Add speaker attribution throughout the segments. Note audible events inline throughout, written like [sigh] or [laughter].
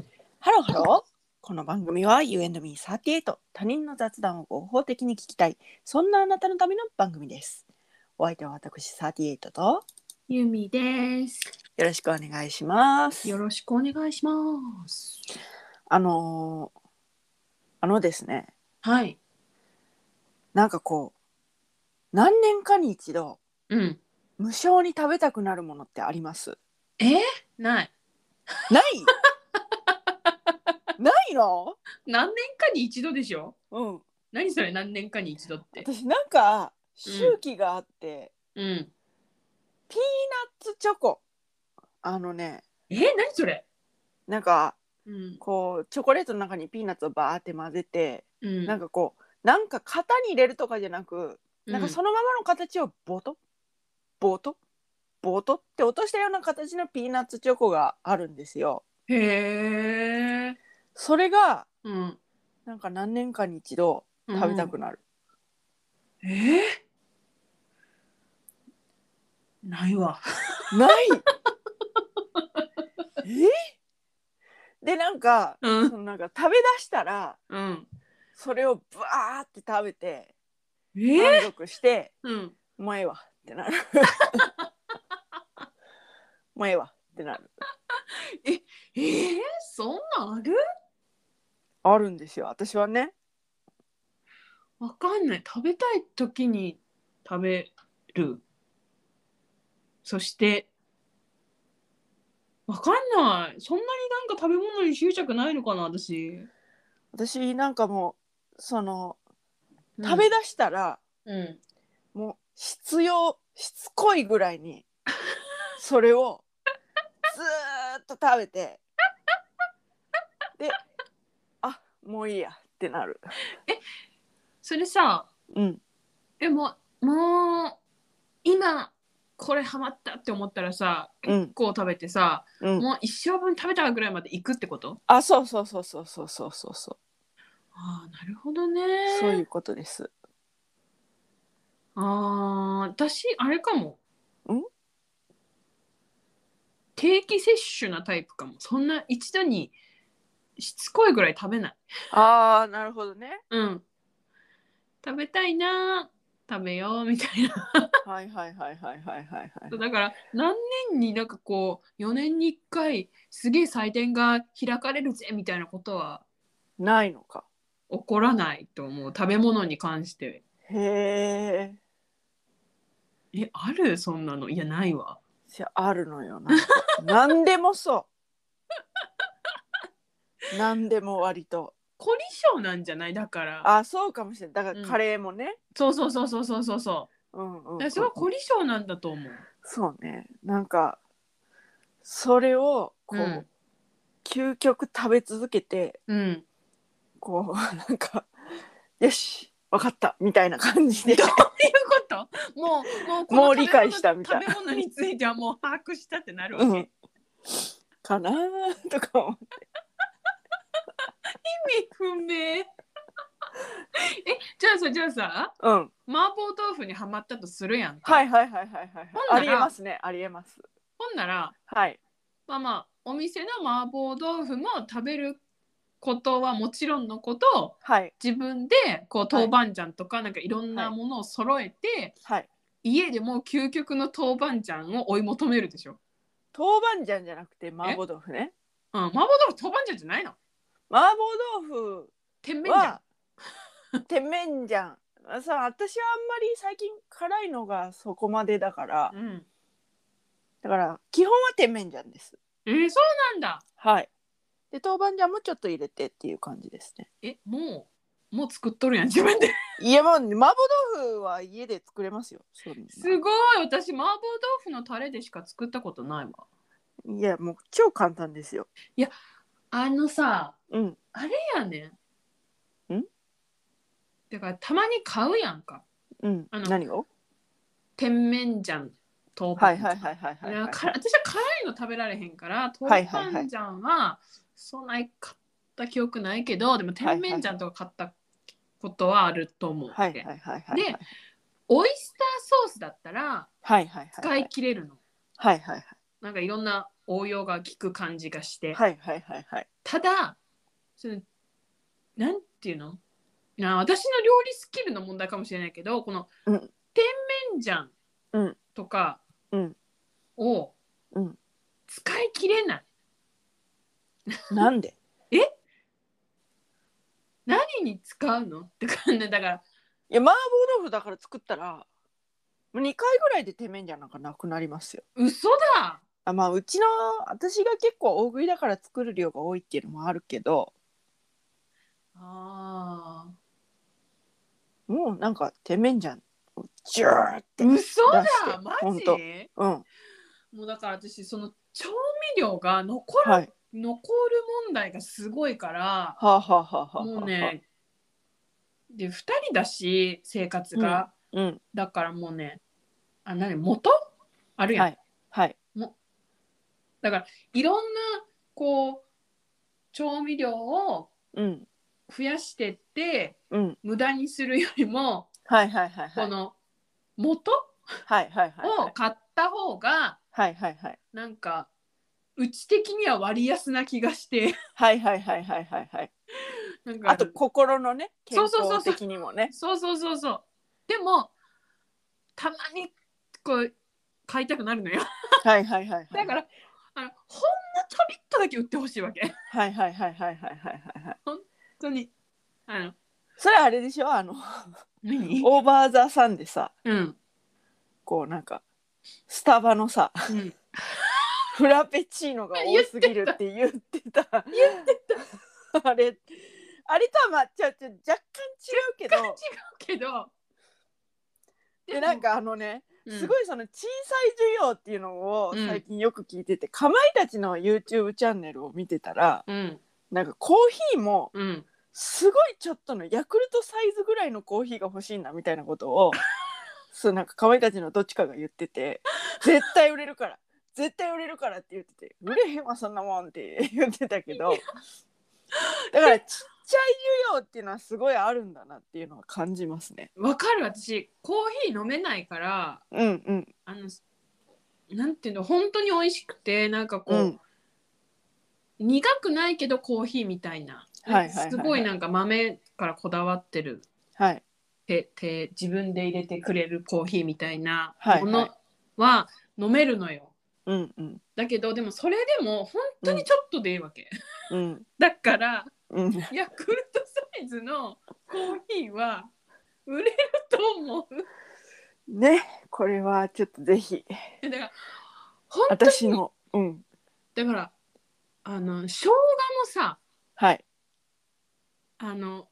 Speaker 1: ロハローこの番組は You and me38 他人の雑談を合法的に聞きたいそんなあなたのための番組ですお相手は私38とよ
Speaker 2: ゆみです。
Speaker 1: ろしくお願いします
Speaker 2: よろしくお願いします。
Speaker 1: あのーあのですね
Speaker 2: はい。
Speaker 1: なんかこう何年かに一度
Speaker 2: うん。
Speaker 1: 無性に食べたくなるものってあります
Speaker 2: えない。 [laughs]
Speaker 1: ないないの
Speaker 2: 何年かに一度でしょ
Speaker 1: うん
Speaker 2: 何それ何年かに一度って。
Speaker 1: 私なんか周期があって、
Speaker 2: うん。
Speaker 1: ナッツチョコあのね
Speaker 2: え何それ
Speaker 1: なんか
Speaker 2: うん。
Speaker 1: こうチョコレートの中にピーナッツをバーって混ぜて、
Speaker 2: うん。
Speaker 1: なんかこうなんか型に入れるとかじゃなく、なんかそのままの形をボトボトボトって落としたような形のピーナッツチョコがあるんですよ。
Speaker 2: うんへえ。
Speaker 1: それが
Speaker 2: うん。
Speaker 1: なんか何年かに一度食べたくなる。
Speaker 2: うん。えないわ。 [laughs]
Speaker 1: ないえでなんか
Speaker 2: う
Speaker 1: その
Speaker 2: ん。
Speaker 1: なんか食べだしたら
Speaker 2: うん。
Speaker 1: それをバーって食べて満
Speaker 2: え
Speaker 1: 足して。
Speaker 2: うん。
Speaker 1: もうええわって [laughs] なる。もうええわってなる。
Speaker 2: えー、そんなんある
Speaker 1: あるんですよ。私はね。
Speaker 2: わかんない。食べたい時に食べる。そして、わかんない。そんなになんか食べ物に執着ないのかな、私。
Speaker 1: 私なんかもうその食べだしたら、
Speaker 2: うん。
Speaker 1: もう必要しつこいぐらいにそれをずーっと食べてであもういいやってなる。
Speaker 2: それさ、
Speaker 1: うん。
Speaker 2: でも、もう、今、これハマったって思ったらさ、
Speaker 1: うん
Speaker 2: 結構食べてさ、
Speaker 1: うん。
Speaker 2: もう一生分食べたぐらいまで行くってこと
Speaker 1: あそうそうそうそうそうそうそうそ
Speaker 2: ああ、なるほどね。
Speaker 1: うそういうことです。
Speaker 2: ああ、私、あれかも。
Speaker 1: ん
Speaker 2: 定期摂取なタイプかも。そんな一度にしつこいぐらい食べない。
Speaker 1: ああなるほどね。
Speaker 2: うん。食べたいなー、食べようみたいな。
Speaker 1: はいはいはいはいはいはいはい。
Speaker 2: だから、何年になんかこう、4年に1回、すげえ祭典が開かれるぜみたいなことは
Speaker 1: ないのか。
Speaker 2: 起こらないと思う。食べ物に関して。
Speaker 1: へえ。
Speaker 2: え、あるそんなの。いや、ないわ。
Speaker 1: じゃあるのよなん [laughs] か。何でもそう。何でも割と。
Speaker 2: 凝り性なんじゃないだから。
Speaker 1: あ、そうかもしれない。だからカレーもね。
Speaker 2: そうそうそうそうそうそうそう。
Speaker 1: うんうん、
Speaker 2: だからそれは凝り性なんだと思う。
Speaker 1: そうね。なんかそれをこう、
Speaker 2: うん
Speaker 1: 究極食べ続けて、
Speaker 2: うん。
Speaker 1: こう [laughs] なんかよし、わかったみたいな感じで。
Speaker 2: っていうこともう、もうこの
Speaker 1: もう理解したみたい
Speaker 2: 食べ物についてはもう把握したってなるわけ。
Speaker 1: う
Speaker 2: 意味
Speaker 1: ん。かなーとか思う
Speaker 2: 不明。 [laughs] え、じゃあさ、じゃあさ、
Speaker 1: うん。
Speaker 2: 麻婆豆腐にはまったとするやんか。
Speaker 1: はいはいはいはいはいはい。
Speaker 2: ほ
Speaker 1: あ
Speaker 2: んな
Speaker 1: り
Speaker 2: ら
Speaker 1: えますね。ありえます。
Speaker 2: ほんなら、
Speaker 1: はい。
Speaker 2: まあまあ、お店の麻婆豆腐も食べることはもちろんのこと、
Speaker 1: はい
Speaker 2: 自分でこう豆板醤とかなんかいろんなものを揃えて、
Speaker 1: はい。
Speaker 2: 家でもう究極の豆板醤を追い求めるでしょ。
Speaker 1: 豆板醤じゃなくて麻婆豆腐ね
Speaker 2: うん、麻婆豆腐豆板醤じゃないの
Speaker 1: 麻婆豆腐
Speaker 2: 甜麺醤
Speaker 1: は甜麺醤さ私はあんまり最近辛いのがそこまでだから
Speaker 2: うん、
Speaker 1: だから基本は甜麺醤です
Speaker 2: えー、そうなんだ
Speaker 1: はいで豆板醤もちょっと入れてっていう感じですね
Speaker 2: えもうもう作っとるやん自分で
Speaker 1: いやもう麻婆豆腐は家で作れますよそんな
Speaker 2: [laughs] すごい私麻婆豆腐のタレでしか作ったことないわ
Speaker 1: いやもう超簡単ですよ
Speaker 2: あのさ
Speaker 1: うん
Speaker 2: あれやね
Speaker 1: ん
Speaker 2: だからたまに買うやんか
Speaker 1: うん
Speaker 2: あの
Speaker 1: 何を
Speaker 2: 甜麺醤豆板
Speaker 1: はいは
Speaker 2: 醤
Speaker 1: いはいはいはいい
Speaker 2: や
Speaker 1: はい
Speaker 2: か私は辛いの食べられへんから
Speaker 1: は
Speaker 2: 豆
Speaker 1: い
Speaker 2: 板
Speaker 1: はいはい
Speaker 2: 醤はそんなに買った記憶ないけどでも甜麺醤とか買ったことはあると思う、
Speaker 1: はいはいはいはいはい
Speaker 2: でオイスターソースだったら
Speaker 1: はいはいはい
Speaker 2: 使い切れるの、
Speaker 1: はいはいはい
Speaker 2: なんかいろんな応用が効く感じがして、
Speaker 1: はいはいはいはい
Speaker 2: ただそのなんていうのな私の料理スキルの問題かもしれないけどこの、
Speaker 1: うん
Speaker 2: 甜麺醤
Speaker 1: うん
Speaker 2: とか
Speaker 1: うん
Speaker 2: を
Speaker 1: うん
Speaker 2: 使い切れない、
Speaker 1: なんで
Speaker 2: 何に使うのって感じだから
Speaker 1: いや麻婆豆腐だから作ったらもう2回ぐらいでてめんじゃなんかなくなりますよ
Speaker 2: 嘘だ
Speaker 1: あまあうちの私が結構大食いだから作る量が多いっていうのもあるけど
Speaker 2: あ
Speaker 1: もうなんかてめんじゃんジューって
Speaker 2: ー嘘
Speaker 1: 出
Speaker 2: だ
Speaker 1: して
Speaker 2: マ
Speaker 1: ほん
Speaker 2: ジ
Speaker 1: とうん
Speaker 2: もうだから私その調味料が残る、
Speaker 1: はい
Speaker 2: 残る問題がすごいから
Speaker 1: はあ、はあはあはあはあ、
Speaker 2: もうねで2人だし生活が、
Speaker 1: うん
Speaker 2: だからもうねあ何元あるやん、
Speaker 1: はいはい
Speaker 2: だからいろんなこう調味料を
Speaker 1: うん
Speaker 2: 増やしてって
Speaker 1: うん
Speaker 2: 無駄にするよりも、
Speaker 1: はいはいはいはい
Speaker 2: この元
Speaker 1: はいはいはいは
Speaker 2: を
Speaker 1: い
Speaker 2: 買った方が
Speaker 1: はいはいはい
Speaker 2: なんかうち的には割安な気がして [laughs]
Speaker 1: はいはいはいはいはいはい
Speaker 2: なんか
Speaker 1: あと心のね健
Speaker 2: そうそうそう
Speaker 1: 康
Speaker 2: そう
Speaker 1: 的にもね
Speaker 2: そうそうそうそうでもたまにこう買いたくなるのよ
Speaker 1: はいはいはいは
Speaker 2: だ
Speaker 1: い
Speaker 2: からあのほんのちょびっとだけ売ってほしいわけ本
Speaker 1: はいはいはいはいはいはいはいはい
Speaker 2: 当にあの
Speaker 1: それあれでしょあの
Speaker 2: 何
Speaker 1: オーバーザさんでさ
Speaker 2: うん、
Speaker 1: こうなんかスタバのさ
Speaker 2: うん、
Speaker 1: フラペチーノが多すぎるって言ってた言ってた [laughs] あれあれとはまあちょちょ若干違うけど
Speaker 2: 感じがけど
Speaker 1: でなん、かあのね
Speaker 2: うん
Speaker 1: すごいその小さい需要っていうのを
Speaker 2: うん
Speaker 1: 最近よく聞いてて、かまいたちの YouTube チャンネルを見てたら
Speaker 2: うん
Speaker 1: なんかコーヒーも
Speaker 2: うん
Speaker 1: すごいちょっとのヤクルトサイズぐらいのコーヒーが欲しいんだみたいなこと
Speaker 2: [laughs]
Speaker 1: をそうなんかかまいたちのどっちかが言ってて「絶対売れるから絶対売れるから」って言ってて「売れへんわそんなもん」って言ってたけ
Speaker 2: [laughs]
Speaker 1: どだからちっちゃい需要っていうのはすごいあるんだなっていうのは感じますね。
Speaker 2: わかる私コーヒー飲めないから
Speaker 1: うんうん
Speaker 2: あのなんていうの本当に美味しくてなんかこ
Speaker 1: う
Speaker 2: う、
Speaker 1: ん
Speaker 2: 苦くないけどコーヒーみたいな、
Speaker 1: はいはいはいはい
Speaker 2: すごいなんか豆からこだわってる
Speaker 1: はい
Speaker 2: てて自分で入れてくれるコーヒーみたいな
Speaker 1: はいはい
Speaker 2: ものは飲めるのよ、
Speaker 1: うんうん
Speaker 2: だけどでもそれでも本当にちょっとでいいわけ、 [laughs]
Speaker 1: うん
Speaker 2: だから
Speaker 1: うん
Speaker 2: ヤクルトサイズのコーヒーは売れると思う
Speaker 1: ねこれはちょっとぜひ
Speaker 2: [laughs] だから本当に
Speaker 1: 私のうん
Speaker 2: だからあの生姜もさ
Speaker 1: はい
Speaker 2: あの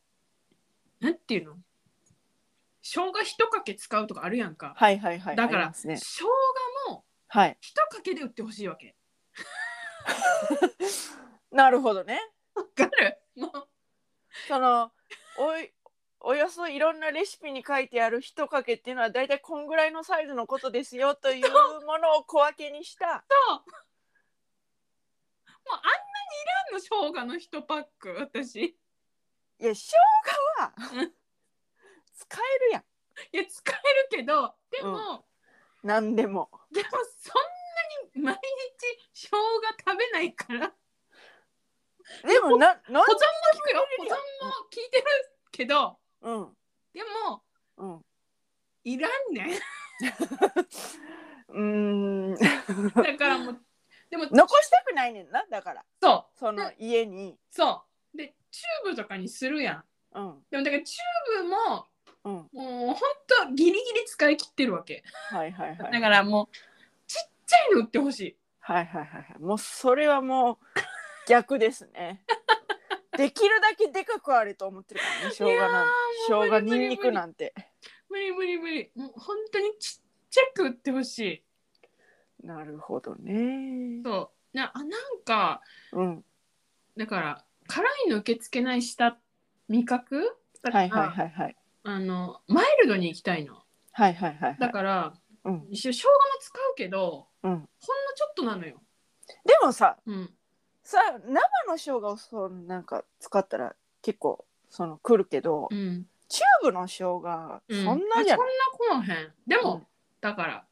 Speaker 2: なんていうの生姜一かけ使うとかあるやんか、
Speaker 1: はいはいはい
Speaker 2: だ
Speaker 1: あ
Speaker 2: か
Speaker 1: り
Speaker 2: ら、
Speaker 1: ますね
Speaker 2: 生姜も
Speaker 1: はい
Speaker 2: 一かけで売ってほしいわけ
Speaker 1: なるほどね
Speaker 2: わかるもう
Speaker 1: そのおいおよそいろんなレシピに書いてある一かけっていうのはだいたいこんぐらいのサイズのことですよというものを小分けにした
Speaker 2: もうあんなにいらんの生姜の一パック私
Speaker 1: [laughs] いや生姜は
Speaker 2: うん
Speaker 1: 使えるやん
Speaker 2: いや使えるけどで
Speaker 1: う
Speaker 2: も、
Speaker 1: ん何でも
Speaker 2: でもそんなに毎日生姜食べないから
Speaker 1: でもななん
Speaker 2: 保存も効くよ保
Speaker 1: れる
Speaker 2: 存
Speaker 1: よ
Speaker 2: も効いてるけど
Speaker 1: うん
Speaker 2: でも
Speaker 1: うん
Speaker 2: いらん
Speaker 1: [laughs]
Speaker 2: ねん
Speaker 1: うーん [laughs]
Speaker 2: だからもうでも
Speaker 1: 残したくないねんなだから
Speaker 2: そう
Speaker 1: その家に
Speaker 2: そうでチューブとかにするやん
Speaker 1: うん
Speaker 2: でもだからチューブも
Speaker 1: うん
Speaker 2: もうほんとギリギリ使い切ってるわけ
Speaker 1: はいはいはい
Speaker 2: だからもうちっちゃいの売ってほしい
Speaker 1: はいはいはいはいもうそれはもう逆です
Speaker 2: [laughs]
Speaker 1: ねできるだけでかくあると思ってるからね生姜なん
Speaker 2: いやーもう
Speaker 1: 生姜
Speaker 2: 無理無理無理
Speaker 1: にんにくなんて
Speaker 2: 無理無理無理もう本当にちっちゃく売ってほしい
Speaker 1: なるほどね
Speaker 2: そうなあなんか
Speaker 1: うん
Speaker 2: だから辛いの受け付けないした味覚だか
Speaker 1: は
Speaker 2: ら
Speaker 1: いはいはいはい
Speaker 2: あのマイルドに行きたいの
Speaker 1: はいはいはいは
Speaker 2: だ
Speaker 1: い
Speaker 2: から
Speaker 1: うん
Speaker 2: 一応生姜も使うけどほ
Speaker 1: うん
Speaker 2: んのちょっとなのよ、
Speaker 1: でもさ
Speaker 2: うん、
Speaker 1: さ生の生姜をそうなんか使ったら結構そのくるけど、
Speaker 2: うん、
Speaker 1: チューブの生姜
Speaker 2: う
Speaker 1: そんなじゃ
Speaker 2: あそ
Speaker 1: なんい、
Speaker 2: なこの辺でも、
Speaker 1: うん
Speaker 2: だから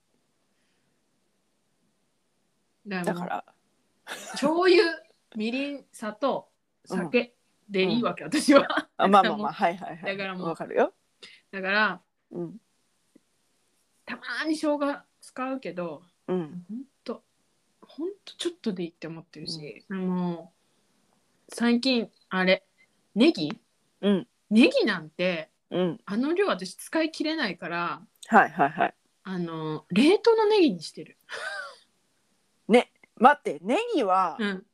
Speaker 2: だ
Speaker 1: だから
Speaker 2: もう醤油みりん砂糖酒、でいいわけ、私は。
Speaker 1: あまあまあまあはいはいはい
Speaker 2: だからもう
Speaker 1: わかるよ
Speaker 2: だから
Speaker 1: うん
Speaker 2: たまーに生姜使うけど
Speaker 1: うん
Speaker 2: ほんとほんとちょっとでいいって思ってるし、もう最近あれネギ
Speaker 1: うん
Speaker 2: ネギなんて
Speaker 1: うん
Speaker 2: あの量私使い切れないから
Speaker 1: はいはいはい
Speaker 2: あの冷凍のネギにしてる。
Speaker 1: 待ってネギは
Speaker 2: うん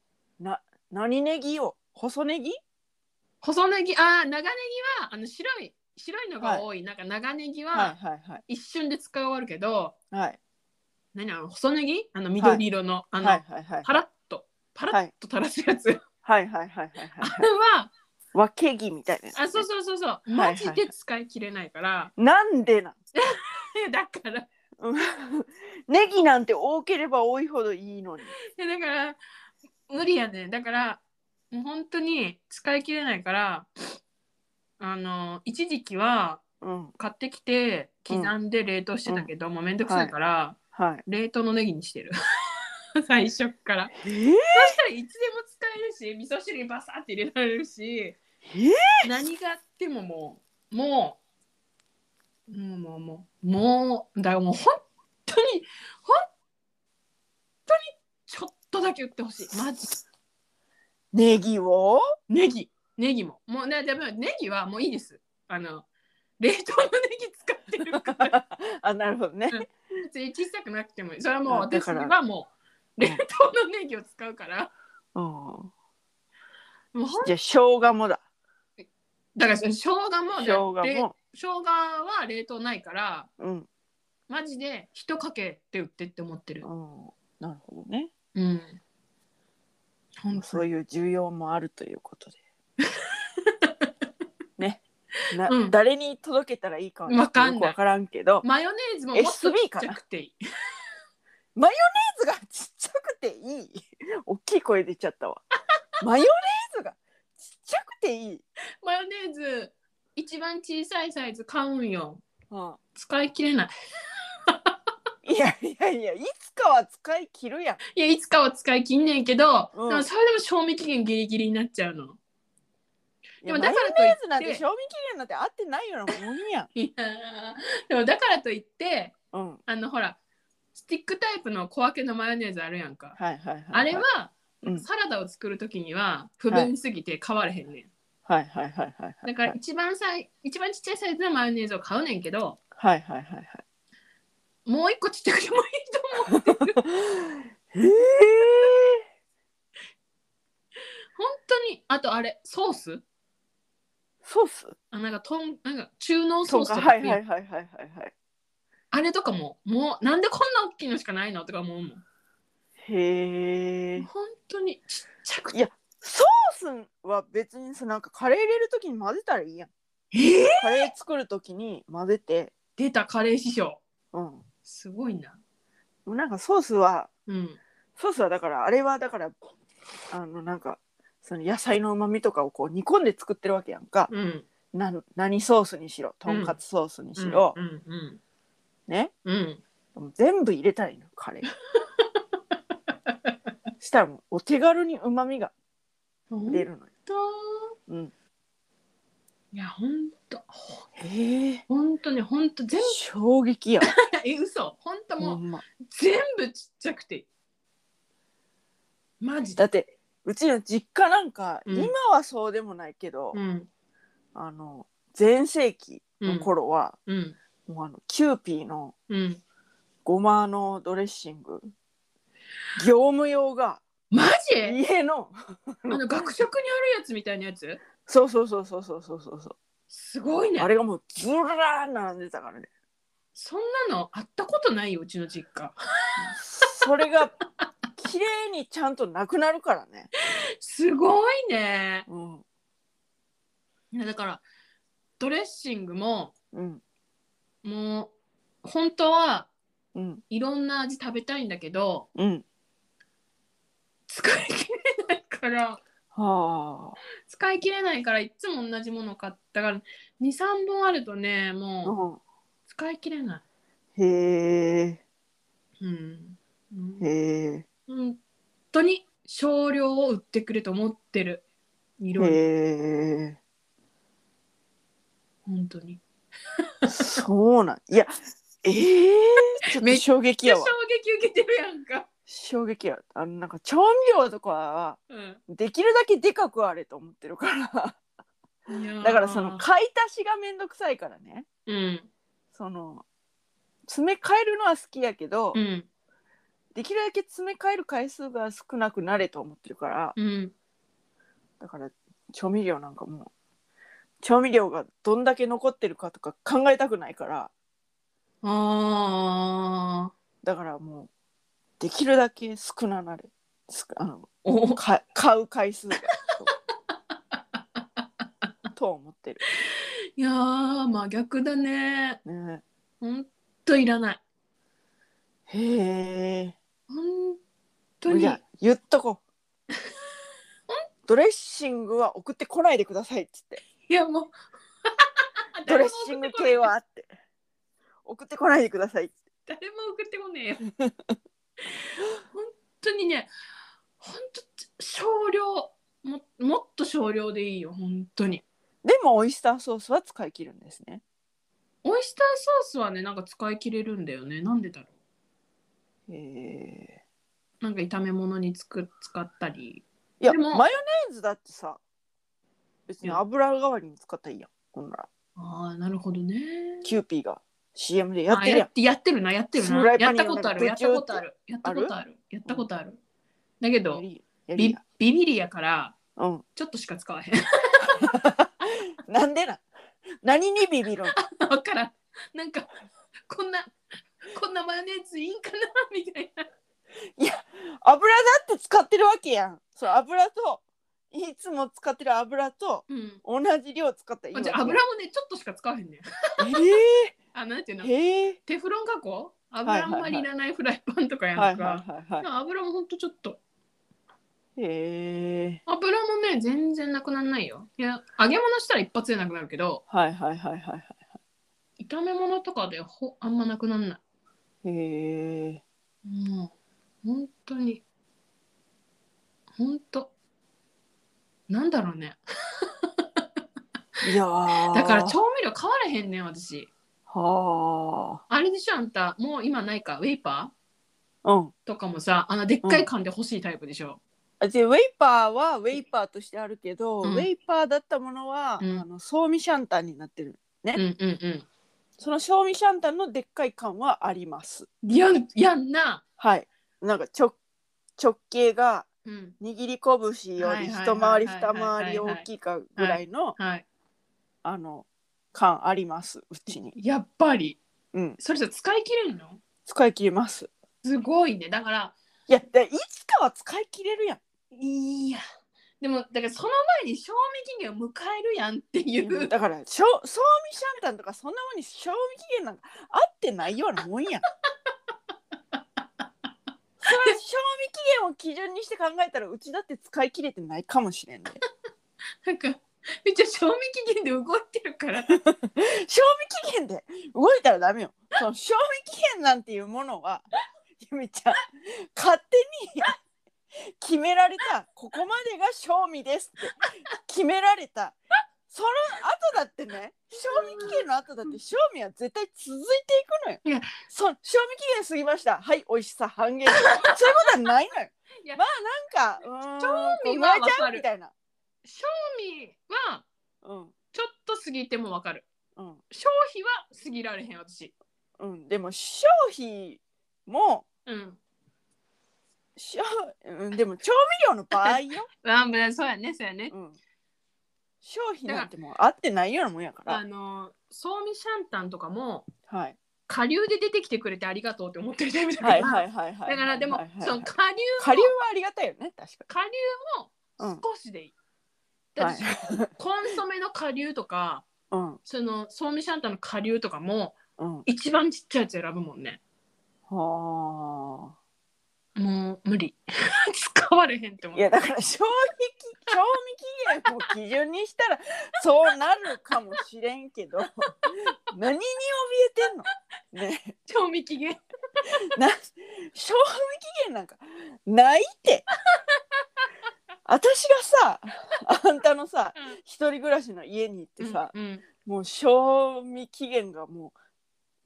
Speaker 1: 何ネギを細ネギ
Speaker 2: 細ネギあー長ネギはあの白い白いのが多い、なんか長ネギ
Speaker 1: はい
Speaker 2: は
Speaker 1: はいはい
Speaker 2: 一瞬で使い終わるけど、
Speaker 1: はい
Speaker 2: 何あの細ネギあの緑色の、あの、
Speaker 1: はいはいはい
Speaker 2: パラッとパラッと垂らすやつ、
Speaker 1: はいはいはいはい
Speaker 2: あ
Speaker 1: はい
Speaker 2: れは
Speaker 1: 分け木みたいなやつね
Speaker 2: あそうそうそうそう
Speaker 1: いはい
Speaker 2: マジで使い切れないから、 [laughs]
Speaker 1: なんでなん
Speaker 2: いやだからい
Speaker 1: うん [laughs] ネギなんて多ければ多いほどいいのに
Speaker 2: やだから無理やねだからもう本当に使い切れないからあの一時期は
Speaker 1: うん
Speaker 2: 買ってきて刻んで冷凍してたけど、もうめんどくさいから、
Speaker 1: はい
Speaker 2: 冷凍のネギにしてる [laughs] 最初から
Speaker 1: えー
Speaker 2: そしたらいつでも使えるし味噌汁にバサって入れられるし
Speaker 1: え
Speaker 2: 何があってももうもうもうもうもうもうだからもう本当に本当にちょっとだけ売ってほしいマジ
Speaker 1: ネギを
Speaker 2: ネギネギももうねでもネギはもういいですあの冷凍のネギ使ってるから
Speaker 1: [laughs] [laughs] あなるほどね
Speaker 2: 別に小さくなくてもいいそれはもう
Speaker 1: あだ
Speaker 2: 私
Speaker 1: から
Speaker 2: はもう冷凍のネギを使うから
Speaker 1: うん
Speaker 2: もうほん
Speaker 1: じゃあ生姜もだ
Speaker 2: だからその生姜も
Speaker 1: 生
Speaker 2: だ
Speaker 1: 姜
Speaker 2: れ
Speaker 1: も
Speaker 2: 生姜は冷凍ないから
Speaker 1: うん
Speaker 2: マジで一かけって売ってって思ってる
Speaker 1: うんなるほどね
Speaker 2: うん。本当
Speaker 1: そういう需要もあるということで
Speaker 2: [laughs]
Speaker 1: ねな、
Speaker 2: うん
Speaker 1: 誰に届けたらいいかは
Speaker 2: わかんない
Speaker 1: よくわからんけど
Speaker 2: マヨネーズももっと
Speaker 1: SB
Speaker 2: ちっ
Speaker 1: か
Speaker 2: ち
Speaker 1: な
Speaker 2: ゃくていい。
Speaker 1: マヨネーズがちっちゃくていい大きい声出ちゃった
Speaker 2: [laughs]
Speaker 1: わマヨネーズがちっちゃくていい、
Speaker 2: マヨネーズ一番小さいサイズ買うんよ。
Speaker 1: うん
Speaker 2: 使い切れない。
Speaker 1: いやいやいやいつかは使い切るやん
Speaker 2: いやいつかは使い切んねんけど、
Speaker 1: うん
Speaker 2: でもそれでも賞味期限ギリギリになっちゃうの。
Speaker 1: いや
Speaker 2: でもだからとい
Speaker 1: マヨネ
Speaker 2: って
Speaker 1: ーズなんて賞味期限なんて合ってないようなもんやん
Speaker 2: いやーでもだからといって
Speaker 1: うん
Speaker 2: あのほらスティックタイプの小分けのマヨネーズあるやんか。
Speaker 1: はいはいはい、
Speaker 2: あれは、
Speaker 1: うん
Speaker 2: サラダを作る時には不便すぎて買われへんねん。
Speaker 1: はいはいはいはいはい
Speaker 2: だから一番さい一番ちっちゃいサイズのマヨネーズを買うねんけど、
Speaker 1: はいはいはいはい
Speaker 2: もう一個ちっちゃくてもいいと思う。
Speaker 1: へ [laughs] え
Speaker 2: 本当にあとあれソース
Speaker 1: ソース
Speaker 2: あなんかとんなんか中濃ソ
Speaker 1: そ
Speaker 2: ー
Speaker 1: う
Speaker 2: スと
Speaker 1: か
Speaker 2: か
Speaker 1: はいはいはいはいはいはい
Speaker 2: あれとかももうなんでこんな大きいのしかないのとか思うもん
Speaker 1: へえ
Speaker 2: 本当にちっちゃく
Speaker 1: い
Speaker 2: て
Speaker 1: やソースは別にさなんかカレー入れるときに混ぜたらいいやん
Speaker 2: えー
Speaker 1: カレー作るときに混ぜて
Speaker 2: 出たカレー師匠
Speaker 1: うんも
Speaker 2: すごいな
Speaker 1: うなんかソースは
Speaker 2: うん
Speaker 1: ソースはだからあれはだからあのなんかその野菜のうまみとかをこう煮込んで作ってるわけやんか、
Speaker 2: うん
Speaker 1: な何ソースにしろとんかつソースにしろ、
Speaker 2: うんうん
Speaker 1: ね
Speaker 2: うんうん
Speaker 1: もう全部入れたらいいのカ
Speaker 2: [laughs]
Speaker 1: レーしたらもうお手軽にうまみが
Speaker 2: 本
Speaker 1: 出るのよ、
Speaker 2: 当
Speaker 1: うん
Speaker 2: いや本当
Speaker 1: へえ
Speaker 2: 本当ね本当全部
Speaker 1: 衝撃
Speaker 2: [laughs]
Speaker 1: やわ
Speaker 2: え嘘本当
Speaker 1: ほ
Speaker 2: もうん
Speaker 1: ま
Speaker 2: 全部ちっちゃくていいマジ
Speaker 1: だ
Speaker 2: で
Speaker 1: ってうちの実家なんか、
Speaker 2: うん
Speaker 1: 今はそうでもないけど、
Speaker 2: うん
Speaker 1: あの全盛期
Speaker 2: う
Speaker 1: の
Speaker 2: ん
Speaker 1: 頃は、
Speaker 2: うん
Speaker 1: もうあのキューピーの
Speaker 2: うん
Speaker 1: ごまのドレッシング業務用が
Speaker 2: マジ
Speaker 1: 家の
Speaker 2: あの学食にあるやつみたいなやつ
Speaker 1: そうそうそうそうそうそうそうそ
Speaker 2: すごいうね
Speaker 1: あれがもうずらー並んでたからね
Speaker 2: そんなのあったことないようちの実家
Speaker 1: それが綺麗にちゃんとなくなるからね。
Speaker 2: すごいね
Speaker 1: うん。
Speaker 2: いやだからドレッシングも
Speaker 1: うん。
Speaker 2: もう本当は
Speaker 1: うん。
Speaker 2: いろんな味食べたいんだけど
Speaker 1: うん。
Speaker 2: 使い切れないから
Speaker 1: は
Speaker 2: 使い切れないからいっつも同じもの買ったから23本あるとね
Speaker 1: あ。
Speaker 2: もう
Speaker 1: う。
Speaker 2: 使い切れなん
Speaker 1: へえ。
Speaker 2: い、うんうん、
Speaker 1: へえ。
Speaker 2: 本当に少量を売ってくれと思ってるい
Speaker 1: へ
Speaker 2: ろいろ
Speaker 1: え
Speaker 2: 本当に
Speaker 1: そうなんいやええちょっ
Speaker 2: め
Speaker 1: と
Speaker 2: っちゃ
Speaker 1: 衝撃
Speaker 2: 衝
Speaker 1: やわ
Speaker 2: 撃受けてるやんか、
Speaker 1: 衝撃やあのなんか調味料とかは
Speaker 2: う
Speaker 1: できるだけでかくあれと思ってるから
Speaker 2: ん、いやー
Speaker 1: だからその買い足しがめんどくさいからね
Speaker 2: うん
Speaker 1: その詰め替えるのは好きやけど、
Speaker 2: うん
Speaker 1: できるだけ詰め替える回数が少なくなれと思ってるから
Speaker 2: うん
Speaker 1: だから調味料なんかもう調味料がどんだけ残ってるかとか考えたくないから
Speaker 2: ああ
Speaker 1: だからもうできるだけ少ななれすあの
Speaker 2: お
Speaker 1: か買う回数がとと思ってる、
Speaker 2: いやー真逆だね
Speaker 1: ね、
Speaker 2: ほんといらない
Speaker 1: へえ
Speaker 2: ほんと
Speaker 1: い
Speaker 2: に
Speaker 1: や言っとこうドレッシングは送ってこないでくださいっつって
Speaker 2: いやもう
Speaker 1: ドレッシング系はって送ってこないでくださいって
Speaker 2: 誰も送ってこねえよ本当にね本当少量ももっと少量でいいよ本当に
Speaker 1: でもオイスターソースは使い切るんですね
Speaker 2: オイスターソースはねなんか使い切れるんだよねなんでだろ
Speaker 1: へえ
Speaker 2: うなんか炒め物につく使ったり
Speaker 1: いや
Speaker 2: でも
Speaker 1: マヨネーズだってさ別に
Speaker 2: うん
Speaker 1: 油代わりに使ったらいいやんほんなら
Speaker 2: ああなるほどね
Speaker 1: キューピーが CM でやっ
Speaker 2: あ
Speaker 1: てるや
Speaker 2: や
Speaker 1: ん
Speaker 2: ってやってるなやってる
Speaker 1: フラ
Speaker 2: な
Speaker 1: イパン
Speaker 2: やっ
Speaker 1: に
Speaker 2: たことある
Speaker 1: ぶ
Speaker 2: やっ
Speaker 1: ち
Speaker 2: た
Speaker 1: ゅー
Speaker 2: こ
Speaker 1: って
Speaker 2: とあるやったことあるやったことあるだけ
Speaker 1: や
Speaker 2: ど
Speaker 1: りやり
Speaker 2: ビ
Speaker 1: や
Speaker 2: ビビリやから
Speaker 1: うん
Speaker 2: ちょっとしか使わへん
Speaker 1: なんでなん何にビビるん
Speaker 2: [laughs] わからんなんかこんなこんなマヨネーズいいんかなみたいな
Speaker 1: 油だって使ってるわけやんそう油といつも使ってる油と
Speaker 2: うん
Speaker 1: 同じ量使ったらいいわけ
Speaker 2: じ
Speaker 1: や
Speaker 2: ゃ
Speaker 1: ん
Speaker 2: あ油もねちょっとしか使わへんねんあなんていう
Speaker 1: え
Speaker 2: [laughs] の
Speaker 1: ー、へえ
Speaker 2: テフロン加工
Speaker 1: はい
Speaker 2: 油あんまりいらないフライパンとかやんか、
Speaker 1: はいはいはいは
Speaker 2: 油もほんとちょっと
Speaker 1: いへえ
Speaker 2: 油もね全然なくならないよいや揚げ物したら一発でなくなるけど
Speaker 1: はいはいはいはいは
Speaker 2: 炒め物とかでほあんまなくならない
Speaker 1: へえ
Speaker 2: いもう本当に本当なんだろうね
Speaker 1: いやー
Speaker 2: だから調味料変わらへんねん私
Speaker 1: は
Speaker 2: あれでしょあんたもう今ないかウェイパ
Speaker 1: あうん
Speaker 2: ーとかもさあのでっかい缶で欲しいタイプでしょ、
Speaker 1: あでウェイパーはウェイパーとしてあるけど、
Speaker 2: うん
Speaker 1: ウェイパーだったものは、
Speaker 2: うん
Speaker 1: あのソーミシャンタンになってる
Speaker 2: うん、うんうん
Speaker 1: そのソーミシャンタンのでっかい缶はあります
Speaker 2: やんやんな、
Speaker 1: はいなんか直直径が
Speaker 2: うん、
Speaker 1: 握り拳より一回り二回り大きいかぐらいの
Speaker 2: はい
Speaker 1: あの感ありますうちに、
Speaker 2: やっぱり
Speaker 1: うん、
Speaker 2: それじゃ使い切れるの
Speaker 1: 使い切れます
Speaker 2: すごいねだから
Speaker 1: いやでいつかは使い切れるやん
Speaker 2: いやでもだからその前に賞味期限を迎えるやんっていう
Speaker 1: だからしょ賞味シャンタンとかそんなもんに賞味期限なんか合ってないようなもん [laughs] やんそれは賞味期限を基準にして考えたらうちだって使い切れてないかもしれんね
Speaker 2: なんかめっちゃ賞味期限で動いてるから
Speaker 1: 賞味期限で動いたらダメよその賞味期限なんていうものはゆみちゃん勝手に決められたここまでが賞味ですって決められたその後だってね賞味期限の後だって賞味は絶対続いていくのよ
Speaker 2: いや
Speaker 1: そ賞味期限過ぎましたはい美味しさ半減そういうことはないのよ
Speaker 2: いや
Speaker 1: まあなんかうーん
Speaker 2: 賞味は
Speaker 1: こう生まれちゃ
Speaker 2: わか
Speaker 1: う
Speaker 2: る
Speaker 1: みたいな
Speaker 2: 賞味は
Speaker 1: うん
Speaker 2: ちょっと過ぎてもわかる
Speaker 1: うん
Speaker 2: 消費は過ぎられへん私
Speaker 1: うんでも消費も
Speaker 2: うん
Speaker 1: しょうん、でも調味料の場合
Speaker 2: [laughs]
Speaker 1: よ、
Speaker 2: あまあそうやねそうやね
Speaker 1: うん、商品なんてもう合ってないようなもんやか
Speaker 2: あ
Speaker 1: ら
Speaker 2: のソーミシャンタンとかも
Speaker 1: はい
Speaker 2: 下流で出てきてくれてありがとうって思ってるタイプだか
Speaker 1: はい
Speaker 2: ら、
Speaker 1: はいはいはい
Speaker 2: だからでも、
Speaker 1: はいはいはい
Speaker 2: その下流
Speaker 1: 下流はありがたいよね確
Speaker 2: 下
Speaker 1: か
Speaker 2: 流
Speaker 1: に
Speaker 2: も少しでいい、
Speaker 1: うんはい
Speaker 2: だって、コンソメの下流とか
Speaker 1: うん
Speaker 2: そのソーミシャンタンの下流とかも
Speaker 1: うん
Speaker 2: 一番ちっちゃいやつ選ぶもんね
Speaker 1: は
Speaker 2: もう無理 [laughs] 使われへんって
Speaker 1: あ
Speaker 2: 思
Speaker 1: いうやだから消費賞味期限を基準にしたらそうなるかもしれんけど [laughs] 何に怯えてんのね
Speaker 2: 賞味期限
Speaker 1: [laughs]
Speaker 2: [laughs]
Speaker 1: な賞味期限なんかないって私がさあんたのさ一人暮らしの家に行ってさ、
Speaker 2: うんうん
Speaker 1: もう賞味期限がも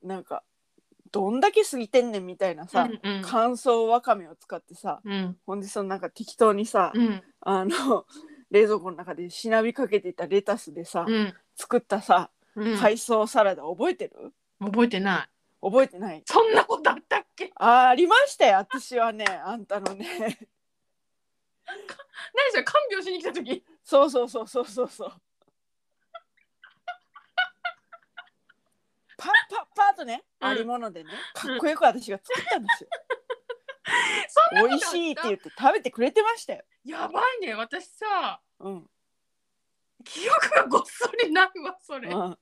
Speaker 1: うなんかどんだけ過ぎてんねんみたいなさ、
Speaker 2: うんうん
Speaker 1: 乾燥わかめを使ってさ
Speaker 2: うん
Speaker 1: ほんでそのなんか適当にさ、
Speaker 2: うん
Speaker 1: あの冷蔵庫の中でしなびかけていたレタスでさ、
Speaker 2: うん
Speaker 1: 作ったさ
Speaker 2: うん
Speaker 1: 海藻サラダ覚えてる、
Speaker 2: 覚えてない
Speaker 1: 覚えてない
Speaker 2: そんなことあったっけ
Speaker 1: あーありましたよ私はねあんたのね
Speaker 2: 何それ看病しに来た時
Speaker 1: そうそうそうそうそうそうパッパッパーとね、
Speaker 2: うん
Speaker 1: ありものでねかっこよく私が作ったんですよ、
Speaker 2: [laughs] そんなこと
Speaker 1: 美
Speaker 2: あっ
Speaker 1: 味
Speaker 2: た
Speaker 1: しいって言って食べてくれてましたよ
Speaker 2: やばいね私さ
Speaker 1: うん、
Speaker 2: 記憶がごっそりないわそれ、
Speaker 1: うん、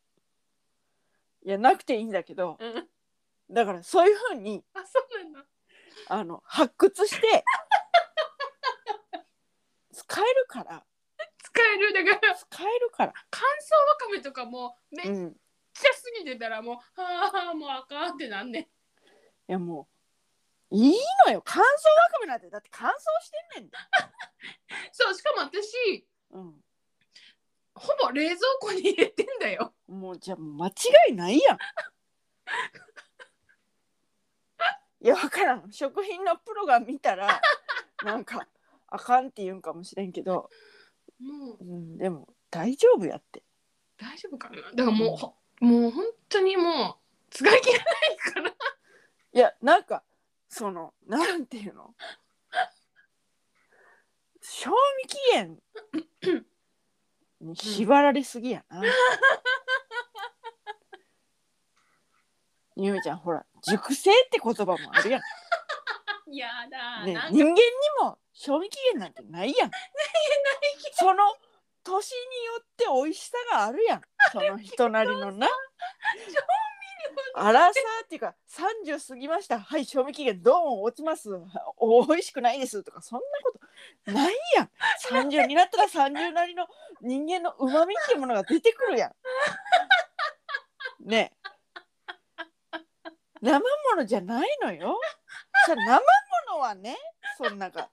Speaker 1: いやなくていいんだけど
Speaker 2: うん
Speaker 1: だからそういうふうに
Speaker 2: あそうなんだ
Speaker 1: あの発掘して使えるから
Speaker 2: 使えるだから
Speaker 1: 使えるから、
Speaker 2: 乾燥わかめとかもうめっち
Speaker 1: う
Speaker 2: ゃ
Speaker 1: ん、い
Speaker 2: 過ぎてたらもう、ああもうあかんってなんねん
Speaker 1: やもういいのよ乾燥わかめなんてだって乾燥してんねんで
Speaker 2: そうしかも私ほぼ冷蔵庫に入れてんだよ
Speaker 1: うん、もうじゃあもう間違いないやん [laughs] いやわからん食品のプロが見たらなんかあかんって言うんかもしれんけど、
Speaker 2: もう
Speaker 1: うん、でも大丈夫やって
Speaker 2: 大丈夫かなだからもうほ、もう本当にもう使い切れないから
Speaker 1: いやなんかそのなんていうの賞味期限に縛られすぎやな。ゆみちゃんほら熟成って言葉もあるやん。
Speaker 2: [laughs] やだ、
Speaker 1: ね
Speaker 2: なんか
Speaker 1: 人間にも賞味期限なんてないやん。その年によって美味しさがあるやん。その人なりのな。アラサーっていうか30過ぎましたはい賞味期限どうも落ちますお美味しくないですとかそんなことないやん30になったら30なりの人間のうまみっていうものが出てくるやんねえ生ものじゃないのよそれ生ものはねそんなんか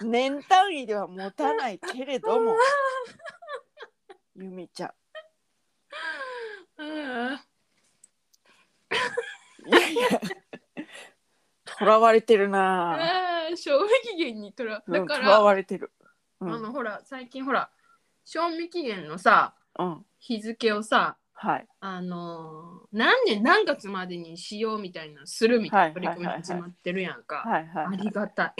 Speaker 1: 年単位では持たないけれどもゆみちゃん
Speaker 2: うん
Speaker 1: いやいや囚われてるなぁ
Speaker 2: あー賞味期限にとらだか
Speaker 1: うん、囚
Speaker 2: ら、
Speaker 1: われてる。うん、
Speaker 2: あのほら最近ほら賞味期限のさ
Speaker 1: うん、
Speaker 2: 日付をさ
Speaker 1: はい、
Speaker 2: あのー何年何月までにしようみたいなのするみたいな取り組み
Speaker 1: はいはいはい
Speaker 2: 始
Speaker 1: はい
Speaker 2: まってるやんか、
Speaker 1: はい、はいはい
Speaker 2: ありがたい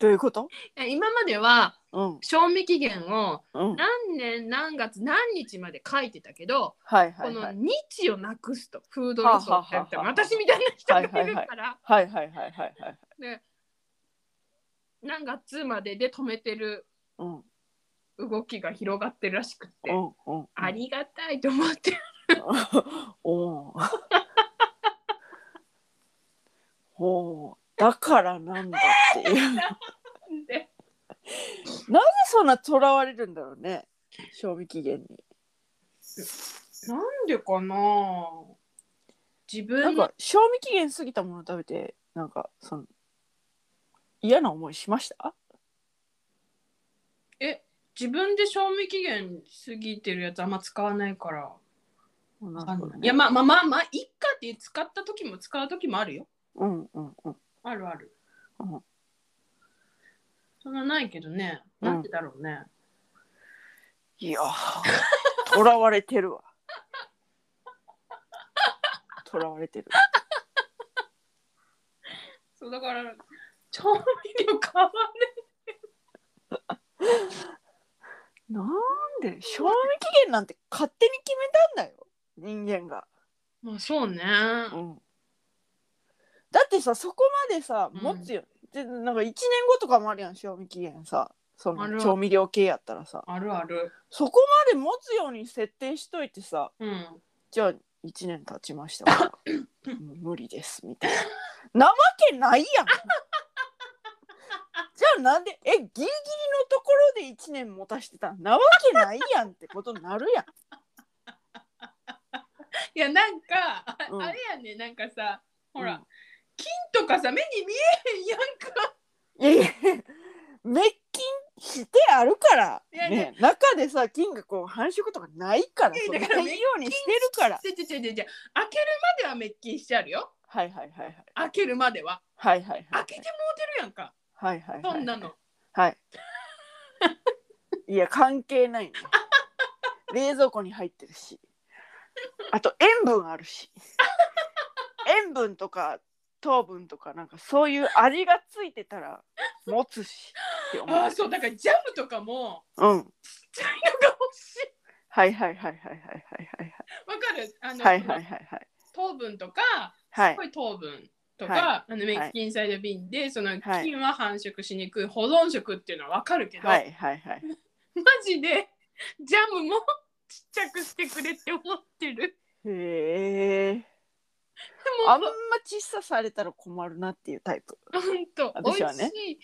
Speaker 1: どういうこと。
Speaker 2: え [laughs] 今までは
Speaker 1: うん、
Speaker 2: 賞味期限を
Speaker 1: うん、はい、
Speaker 2: 何年何月何日まで書いてたけど、
Speaker 1: はい、はい、
Speaker 2: こ
Speaker 1: は
Speaker 2: の
Speaker 1: い、
Speaker 2: 日をなくすとフードロスをやって
Speaker 1: はあはあはあはあ
Speaker 2: 私みたいな人がいるから、
Speaker 1: はいはいはい、はい、はい、はい、
Speaker 2: で何月までで止めてる
Speaker 1: うん、うん、
Speaker 2: 動きが広がってるらしくって、
Speaker 1: うん、
Speaker 2: ありがたいと思って
Speaker 1: おー [laughs] ほう、だからなんだっていう。なぜ
Speaker 2: るんで
Speaker 1: そんな囚われるんだろうね。賞味期限に。
Speaker 2: なんでかな自
Speaker 1: なん
Speaker 2: 分の
Speaker 1: か賞味期限過ぎたもの食べて、なんか、その。嫌な思いしました。
Speaker 2: え自分で賞味期限過ぎてるやつあんま使わないから、
Speaker 1: な
Speaker 2: あ
Speaker 1: るほ
Speaker 2: の
Speaker 1: どね
Speaker 2: いやまあまあまあまあいっかって使った時も使う時もあるよ
Speaker 1: うん、うん、うん。
Speaker 2: あるある。
Speaker 1: うん
Speaker 2: そんなないけどね。
Speaker 1: うん
Speaker 2: なんでだろうね。
Speaker 1: いやー、囚われてるわ。囚われてる。
Speaker 2: そうだから調味料変わ
Speaker 1: なん [laughs] で賞味期限なんて勝手に決めたんだよ。人間が。
Speaker 2: る。まあそうね。
Speaker 1: うん。だってさ、そこまでさ、
Speaker 2: うん
Speaker 1: 持つよ。で、なんか一年後とかもあるやん、賞味期限さ。そ
Speaker 2: ある
Speaker 1: の調味料系やったらさ、
Speaker 2: あるある。
Speaker 1: そこまで持つように設定しといてさ、
Speaker 2: うん。
Speaker 1: じゃあ一年経ちました
Speaker 2: [laughs]
Speaker 1: から。もう無理ですみたいな。なわけない
Speaker 2: [laughs]
Speaker 1: やん。じゃあなんでえギリギリのところで一年持たしてたんなわけないやんってことになる
Speaker 2: [laughs]
Speaker 1: やん。
Speaker 2: いやなんかあ,、
Speaker 1: うん
Speaker 2: れやねなんかさほ
Speaker 1: う
Speaker 2: ら、
Speaker 1: ん
Speaker 2: 金とかさ目に見えへんやんか。
Speaker 1: いやいや滅菌してあるから、
Speaker 2: いやいや
Speaker 1: ね、中でさ菌がこう繁殖とかないから
Speaker 2: いや
Speaker 1: そ
Speaker 2: だ
Speaker 1: れ
Speaker 2: か
Speaker 1: ない
Speaker 2: ら
Speaker 1: ようにしてるから
Speaker 2: 違う違う違う違う開けるまでは滅菌してあるよ
Speaker 1: はいはいはいはい
Speaker 2: 開けるまでは
Speaker 1: はいはいは
Speaker 2: 開
Speaker 1: い
Speaker 2: けてもうてるやんか
Speaker 1: はいはい
Speaker 2: そ
Speaker 1: は
Speaker 2: ん
Speaker 1: い
Speaker 2: なの
Speaker 1: はいいや関係
Speaker 2: [laughs]
Speaker 1: ないね冷蔵庫に入ってるしあと塩分あるし塩分とか糖分とかなんかそういう味がついてたら持つしって思
Speaker 2: ああそうだからジャムとかも
Speaker 1: ううん
Speaker 2: ちっちゃいのが欲しい
Speaker 1: はいはいはいはいはいはいはい
Speaker 2: わかるあの、
Speaker 1: はいはいはいはい
Speaker 2: 糖分とか
Speaker 1: は
Speaker 2: す
Speaker 1: い
Speaker 2: ごい糖分とか、
Speaker 1: は
Speaker 2: あの滅菌細胞瓶でその
Speaker 1: はい
Speaker 2: 菌は繁殖しにくい保存食っていうのはわかるけど、
Speaker 1: はいはいはい
Speaker 2: マジでジャムもちっちゃくしてくれって思ってる。
Speaker 1: へえ
Speaker 2: で
Speaker 1: あん
Speaker 2: も
Speaker 1: ま小さされたら困るなっていうタイプ
Speaker 2: 本当
Speaker 1: 私
Speaker 2: 美
Speaker 1: は
Speaker 2: 味し
Speaker 1: ね
Speaker 2: い、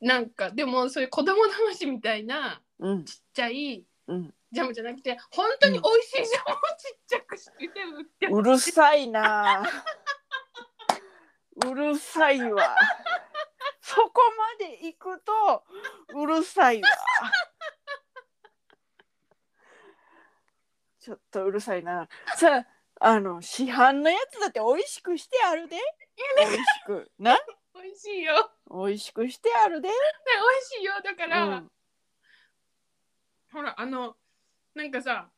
Speaker 2: なんかでもそういう子供同士みたいな
Speaker 1: うん
Speaker 2: ちっちゃい
Speaker 1: うん
Speaker 2: ジャムじゃなくて本当に美味しいジャムをちっちゃくして売って
Speaker 1: うるさいな
Speaker 2: [laughs]
Speaker 1: あうるさい
Speaker 2: [laughs]
Speaker 1: わそこまで行くとうるさ
Speaker 2: [laughs]
Speaker 1: いわちょっとうるさいなさああの市販のやつだって美味しくしてあるで美味しくな
Speaker 2: 美味しいよ。
Speaker 1: 美味しくしてあるで、
Speaker 2: ね美味しいよだか
Speaker 1: う
Speaker 2: ら、
Speaker 1: ん、
Speaker 2: ほらあのなんかさ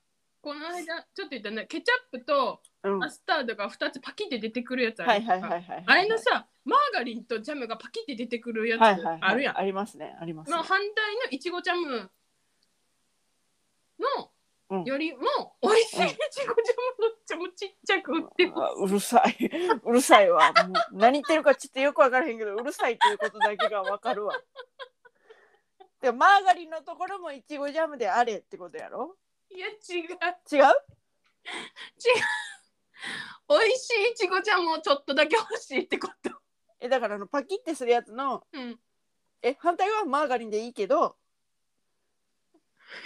Speaker 2: この間ちょっと言ったねケチャップと
Speaker 1: うん、は
Speaker 2: マ
Speaker 1: い
Speaker 2: スタードが2つパキって出てくるやつあ
Speaker 1: はい
Speaker 2: る
Speaker 1: はいはいはい
Speaker 2: あれのさマーガリンとジャムがパキって出てくるやつ
Speaker 1: はいはいはい
Speaker 2: あるやん、
Speaker 1: ありますねありますね
Speaker 2: まあ、反対のいちごジャム
Speaker 1: うん
Speaker 2: のよりも美味しいいちごジャムのジャムちっちゃく売ってる、
Speaker 1: あうるさい [laughs] うるさいわもう何言ってるかちょっとよく分からへんけどうるさいということだけが分かるわでもマーガリンのところもいちごジャムであれってことやろ
Speaker 2: いや違う
Speaker 1: 違う
Speaker 2: 美味しいいちごジャムをちょっとだけ欲しいってこと
Speaker 1: えだからあのパキってするやつの
Speaker 2: うん
Speaker 1: え反対側はマーガリンでいいけど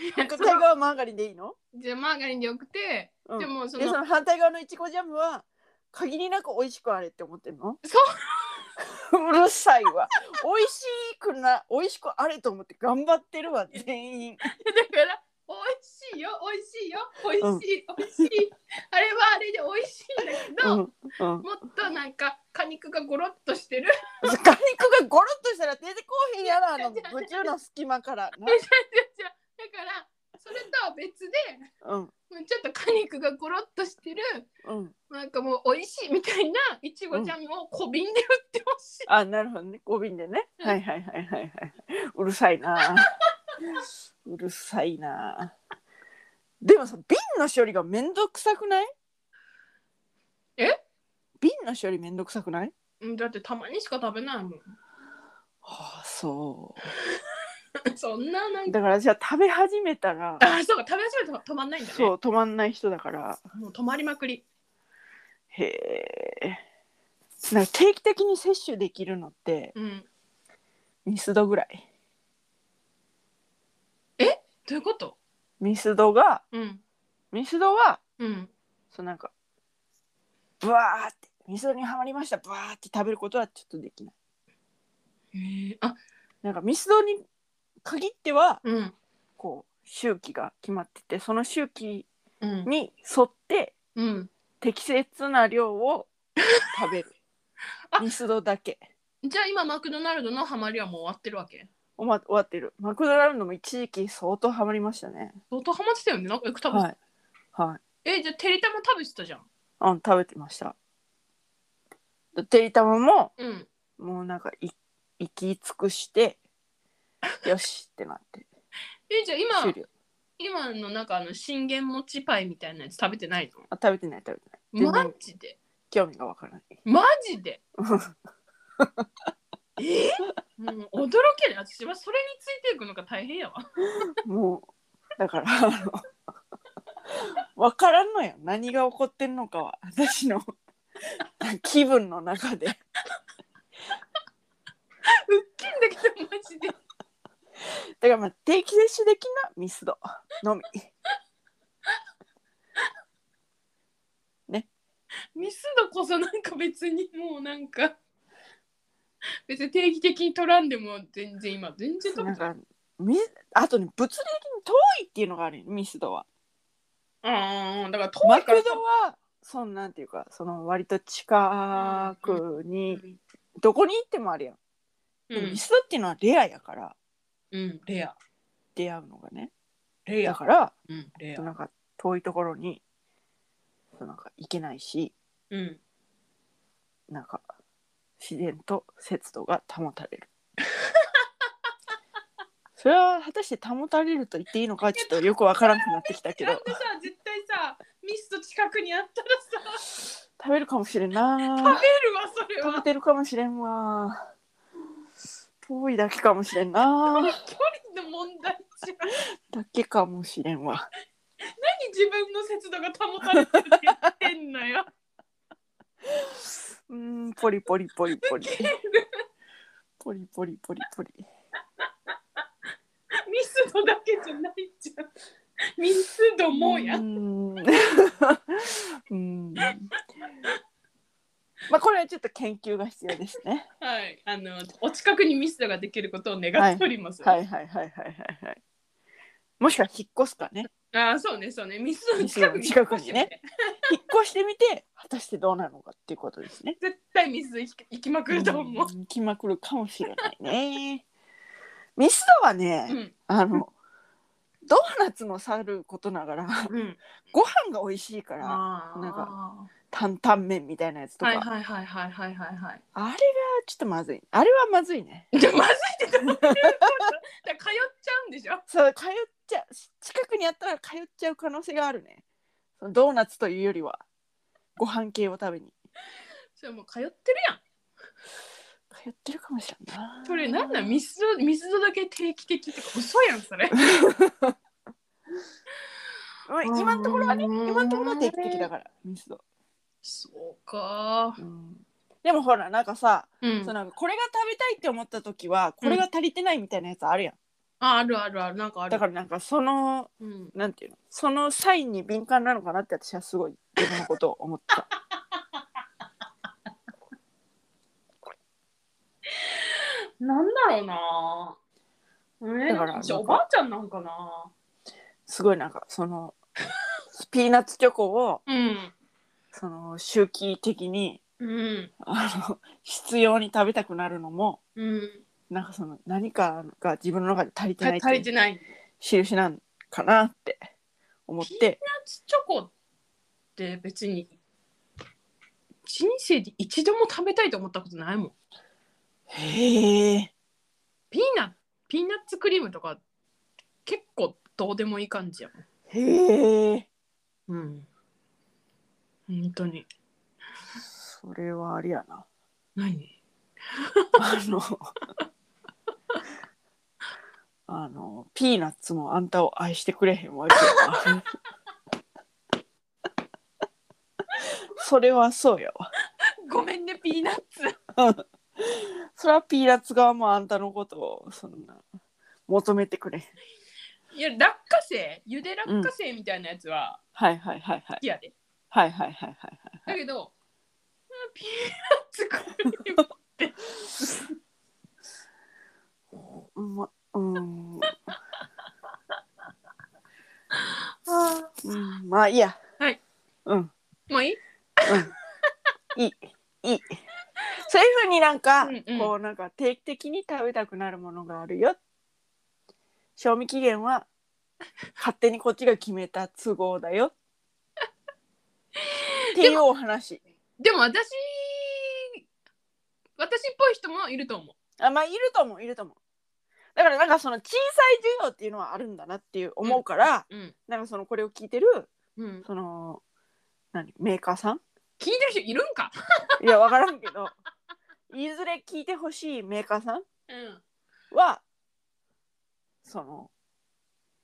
Speaker 2: いや
Speaker 1: 反対側はマーガリンでいいの、
Speaker 2: じゃあマーガリンでよくて、
Speaker 1: うん、
Speaker 2: で
Speaker 1: で
Speaker 2: もそ
Speaker 1: そ
Speaker 2: の
Speaker 1: の反対側のいちごジャムは限りなく美味しくあれって思ってんの
Speaker 2: そう
Speaker 1: うるさいわ美味しくな美味しくあれと思って頑張ってるわ全員
Speaker 2: だから美味しいよ美味しいよ美味しい、美味しいあれはあれで美味しいんだけど、
Speaker 1: うんうん
Speaker 2: もっとなんか果肉がゴロッとしてる [laughs]
Speaker 1: 果肉がゴロッとしたら出てこうへんやろあの
Speaker 2: 違う違う
Speaker 1: 宇宙の隙間から
Speaker 2: じゃじゃじゃだからそれとは別で
Speaker 1: なうん
Speaker 2: ちょっと果肉がゴロッとしてる
Speaker 1: うん
Speaker 2: なんかもう美味しいみたいないちごジャムを小瓶で売ってほしい、
Speaker 1: [laughs] あなるほどね5瓶でねはいはいはいはいはいうるさいなうるさいなでもさ瓶の処理がめんどくさくない
Speaker 2: え
Speaker 1: 瓶の処理めんどくさくない
Speaker 2: うん、だってたまにしか食べないもん
Speaker 1: ああそ
Speaker 2: [laughs] そんななん
Speaker 1: う
Speaker 2: か
Speaker 1: だからじゃあ食べ始めたら
Speaker 2: あそうか食べ始めたら止まんないんだね
Speaker 1: そう止まんない人だから
Speaker 2: もう止まりまくり
Speaker 1: へえ定期的に摂取できるのって
Speaker 2: うん
Speaker 1: ミスドぐらい
Speaker 2: どういうこと
Speaker 1: ミスドが
Speaker 2: うん
Speaker 1: ミスドは
Speaker 2: うん
Speaker 1: そうなんかブワーってミスドにはまりましたブワーって食べることはちょっとできない
Speaker 2: へえあ
Speaker 1: なんかミスドに限っては
Speaker 2: うん
Speaker 1: こう周期が決まっててその周期
Speaker 2: うん
Speaker 1: に沿って
Speaker 2: うん
Speaker 1: 適切な量を食べる
Speaker 2: あ
Speaker 1: ミスドだけ
Speaker 2: じゃあ今マクドナルドのハマりはもう終わってるわけ
Speaker 1: おま終わってるマクドナルドも一時期相当ハマりましたね
Speaker 2: 相当ハマってたよねなんかよく食べてた、
Speaker 1: はいはい
Speaker 2: えじゃあてりたま食べてたじゃん
Speaker 1: うん食べてましたてりたまも
Speaker 2: うん
Speaker 1: もうなんかい行き尽くしてよしってなって
Speaker 2: えじゃあ
Speaker 1: 終
Speaker 2: 今
Speaker 1: 了
Speaker 2: 今のなんかあの信玄餅パイみたいなやつ食べてない
Speaker 1: あ食べてない食べてない全
Speaker 2: の
Speaker 1: 然
Speaker 2: マジで
Speaker 1: 興味がわからない
Speaker 2: マ
Speaker 1: [laughs]
Speaker 2: ジでえもう驚ける私はそれについていくのが大変やわ
Speaker 1: もうだからあのわからんのよ何が起こってんのかは私の気分の中で
Speaker 2: うっきんだけどマジで
Speaker 1: だからまあ定期接種的なミスドのみ
Speaker 2: ミスドこそなんか別にもうなんか別に定期的に取らんでも全然今全然取
Speaker 1: な
Speaker 2: れ
Speaker 1: ん
Speaker 2: てない
Speaker 1: かみあとね物理的に遠いっていうのがあるよミスドは
Speaker 2: ああだから
Speaker 1: マ
Speaker 2: 遠い
Speaker 1: ク
Speaker 2: から
Speaker 1: ドはそんなんていうかその割と近くに、
Speaker 2: うん
Speaker 1: どこに行ってもあるやん、
Speaker 2: う
Speaker 1: でも
Speaker 2: ん
Speaker 1: ミ、スドっていうのはレアやから
Speaker 2: うん、レア
Speaker 1: 出会うのがね
Speaker 2: レ
Speaker 1: だ
Speaker 2: ア
Speaker 1: から
Speaker 2: うんレア
Speaker 1: なんか遠いところになんか行けないし
Speaker 2: うん
Speaker 1: なんか自然と節度が保たれるそれは果たして保たれると言っていいのかちょっとよくわからなくなってきたけ
Speaker 2: なん
Speaker 1: ど
Speaker 2: でさ絶対さミスト近くにあったらさ
Speaker 1: 食べるかもしれん
Speaker 2: 食
Speaker 1: な
Speaker 2: べるわそれ
Speaker 1: 食べ
Speaker 2: は
Speaker 1: てるかもしれんわ遠いだけかもしれんな
Speaker 2: 距離の問題じゃん
Speaker 1: だけかもしれんわ
Speaker 2: 何自分の節度が保たれてるって言ってんの
Speaker 1: [laughs]
Speaker 2: よ
Speaker 1: うーんポリポリポリポリポリポリポリポリ
Speaker 2: ミスドだけじゃないじゃんミスドもや、
Speaker 1: うーんうーん [laughs] まあこれはちょっと研究が必要ですね
Speaker 2: はいあのお近くにミスドができることを願っております、
Speaker 1: はいはいはいはいはいはい。もしくは引っ越すかね。
Speaker 2: ああそうねそうねミスドの近くに
Speaker 1: ミスドの近くにね引っ越してみて果たしてどうなのかっていうことですね。
Speaker 2: 絶対ミスド行き行きまくると思う、
Speaker 1: うん来まくるかもしれないね。ミスドはね、
Speaker 2: うん
Speaker 1: あのドーナツもさることながら
Speaker 2: うん、
Speaker 1: ご飯が美味しいから
Speaker 2: ああ
Speaker 1: なん担々麺みたいなやつとか、
Speaker 2: はいはいはいはいはいはいはい
Speaker 1: あれがちょっとまずいあれはまずいね
Speaker 2: [laughs] じゃまずいってどういうこと [laughs] だから通っちゃうんでしょ
Speaker 1: そう通っちゃ近くにあったら通っちゃう可能性があるねそのドーナツというよりはご飯系を食べに
Speaker 2: それもう通ってるやん
Speaker 1: 通ってるかもしれんな。
Speaker 2: それなんなんミスドミスドだけ定期的ってか嘘やんそ [laughs] れ
Speaker 1: うん今のところはね、
Speaker 2: うん
Speaker 1: 今のところは定期的だから、ミスド。
Speaker 2: そうか
Speaker 1: でもほら、なんかさ、
Speaker 2: うん
Speaker 1: そのなんかこれが食べたいって思った時は、これが足りてないみたいなやつあるやん。
Speaker 2: ああるあるあるなんかある
Speaker 1: だからなんかその、
Speaker 2: うん、
Speaker 1: なんていうの、そのサインに敏感なのかなって私はすごい自分のことを思った。
Speaker 2: なんだろうなえー、
Speaker 1: だから
Speaker 2: な
Speaker 1: な
Speaker 2: んか
Speaker 1: んか
Speaker 2: おばあちゃんなんかな
Speaker 1: すごいなんかその、ピーナッツチョコを、
Speaker 2: うん
Speaker 1: その周期的に、
Speaker 2: うん
Speaker 1: あの、 [laughs] 必要に食べたくなるのも、
Speaker 2: うん
Speaker 1: なんかその何かが自分の中で足りて
Speaker 2: た
Speaker 1: ないって
Speaker 2: 足
Speaker 1: い
Speaker 2: り
Speaker 1: う
Speaker 2: てない
Speaker 1: 印なんかなって思って
Speaker 2: ピーナッツチョコって別に人生で一度も食べたいと思ったことないもん
Speaker 1: へえ
Speaker 2: ピーナピーナッツクリームとか結構どうでもいい感じや
Speaker 1: へえ
Speaker 2: もんうん本当に
Speaker 1: それはあれやな
Speaker 2: 何
Speaker 1: あ
Speaker 2: [laughs]
Speaker 1: のあのピーナッツもあんたを愛してくれへんわけやなそれはそうやわ
Speaker 2: ごめんねピーナッツ
Speaker 1: それはピーナッツ側もあんたのことをそんな求めてくれへん
Speaker 2: いや落花生ゆで落花生みたいなやつは
Speaker 1: はいはいはいは
Speaker 2: 好
Speaker 1: い
Speaker 2: きやで、
Speaker 1: はいはいはいはい
Speaker 2: だけど、ピーナッツクリーム
Speaker 1: うまうんうんまあいいや。
Speaker 2: はい。
Speaker 1: うん。
Speaker 2: もういい
Speaker 1: いい。いい。そういうふうになんか、
Speaker 2: うんうん
Speaker 1: こうなんか定期的に食べたくなるものがあるよ。賞味期限は勝手にこっちが決めた都合だ [laughs] よ。っていうお話。
Speaker 2: でも私、私っぽい人もいると思う。
Speaker 1: あまあいるともいるとも。だからなんかその小さい需要っていうのはあるんだなっていう思うから、
Speaker 2: うん。
Speaker 1: なんかそのこれを聞いてる
Speaker 2: うん、
Speaker 1: その何メーカーさん
Speaker 2: 聞いてる人いるんか、
Speaker 1: いや、わからんけど。いずれ聞いてほしいメーカーさん
Speaker 2: うん、
Speaker 1: は、その、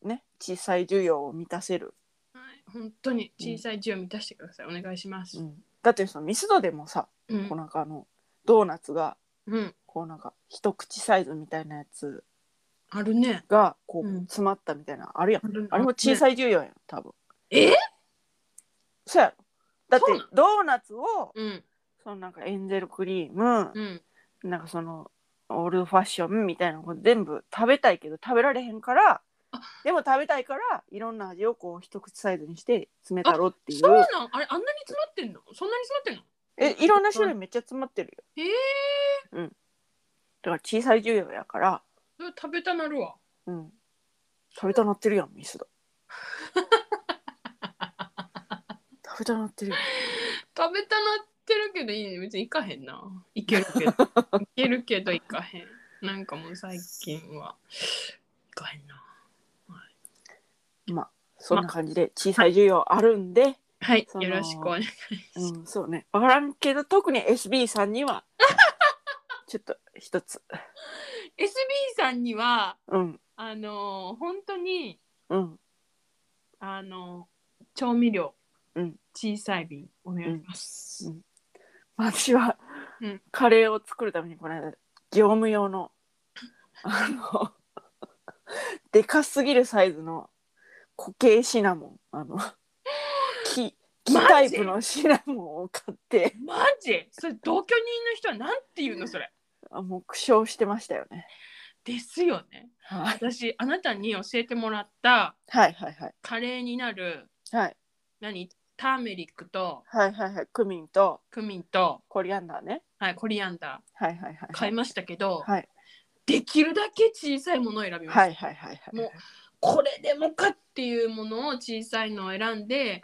Speaker 1: ね、小さい需要を満たせる。
Speaker 2: はい本当に小さい字を満たしてください。お願いします。
Speaker 1: だってそのミスドでもさ、
Speaker 2: うん
Speaker 1: こうなんかあの、ドーナツが、
Speaker 2: うん、
Speaker 1: こうなんか一口サイズみたいなやつ
Speaker 2: あるね。
Speaker 1: が、こう
Speaker 2: うん
Speaker 1: 詰まったみたいな、あるやん。
Speaker 2: ある
Speaker 1: あれも小
Speaker 2: い。
Speaker 1: さい需要やん、多分。
Speaker 2: え
Speaker 1: そうやろ。だって
Speaker 2: そうなの
Speaker 1: ドーナツを、
Speaker 2: うん、
Speaker 1: そのなんかエンゼルクリーム、
Speaker 2: うん、
Speaker 1: なんかそのオールファッションみたいなのを全部食べたいけど食べられへんから
Speaker 2: あ
Speaker 1: でも食べたいからいろんな味をこう一口サイズにして詰めたろってい
Speaker 2: そう
Speaker 1: う
Speaker 2: なんあれあんなに詰まってんのそんなに詰まってんの
Speaker 1: えいろんな種類めっちゃ詰まってるよ
Speaker 2: へえ
Speaker 1: だから小さい重要やから、
Speaker 2: それ食べたなるわ
Speaker 1: うん、食べたなってるやんミスだ食べたなってるよ
Speaker 2: 食べたなってるけどいいね別に行かへんないけるけ
Speaker 1: [laughs]
Speaker 2: どいけるけど行かへんなんかもう最近は行かへんな
Speaker 1: そんな感じで小さい需要あるんで、
Speaker 2: はい
Speaker 1: その
Speaker 2: よろしくお願いします、
Speaker 1: うん、そうね分からんけど特に SB さんにはちょっと一つ
Speaker 2: SB さんには
Speaker 1: うん
Speaker 2: あのー本当に
Speaker 1: うん
Speaker 2: あのー調味料、
Speaker 1: うん
Speaker 2: 小さい瓶お願いします、
Speaker 1: うん私は、
Speaker 2: うん
Speaker 1: カレーを作るためにこの間業務用のあのでかすぎるサイズの固形シナモンあ
Speaker 2: [laughs]
Speaker 1: の木木
Speaker 2: マジ
Speaker 1: タイプのシナモンを買って
Speaker 2: マジそれ同居人の人はなんて言うのそれ
Speaker 1: あもう苦笑してましたよね
Speaker 2: ですよね
Speaker 1: はい
Speaker 2: 私あなたに教えてもらった
Speaker 1: はいはいはい
Speaker 2: カレーになる
Speaker 1: はい
Speaker 2: 何ターメリックと
Speaker 1: はいはいはいクミンと
Speaker 2: クミンと、
Speaker 1: コリアンダーね
Speaker 2: はい、コリアンダ
Speaker 1: はいはいはい
Speaker 2: ー買いましたけど、
Speaker 1: はい
Speaker 2: できるだけ小さいものを選びました、
Speaker 1: はいはいはいはい。
Speaker 2: もうこれでもかっていうものを小さいのを選んで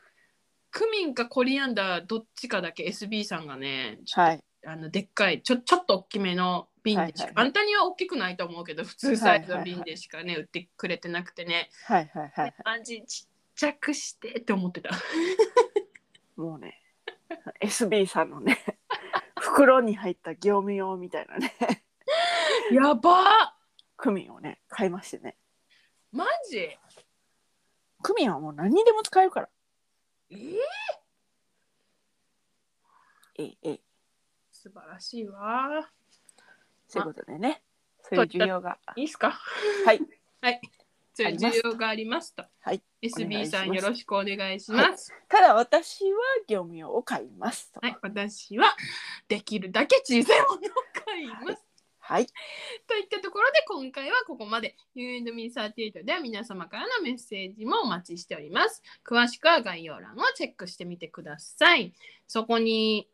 Speaker 2: クミンかコリアンダーどっちかだけ SB さんがねちょ
Speaker 1: はい
Speaker 2: あのでっかいちょちょっと大きめの瓶でしか、
Speaker 1: はいはいはい
Speaker 2: あんたには大きくないと思うけど普通サイズの瓶でしかね、売ってくれてなくてね、
Speaker 1: はいはいはい。
Speaker 2: 味ちっちゃくしてって思ってた
Speaker 1: もうね、SB さんのね、 [laughs] 袋に入った業務用みたいなね、
Speaker 2: やばー
Speaker 1: クミンをね、買いましてね。
Speaker 2: マジ
Speaker 1: クミンはもう何にでも使えるから。
Speaker 2: え
Speaker 1: ええええ。
Speaker 2: 素晴らしいわ
Speaker 1: そういうことでね、そういう需要が。
Speaker 2: いいっすか
Speaker 1: はい。
Speaker 2: はいじゃあ
Speaker 1: ありま
Speaker 2: 需
Speaker 1: す
Speaker 2: 要がありますと
Speaker 1: はいお願
Speaker 2: SB
Speaker 1: いします
Speaker 2: さんよろしくお願いします
Speaker 1: ただ私は業務用を買いますと。
Speaker 2: はい、私はできるだけ小さいものを買います、
Speaker 1: はい。
Speaker 2: といったところで今回はここまで U&Me38 では皆様からのメッセージもお待ちしております詳しくは概要欄をチェックしてみてくださいそこに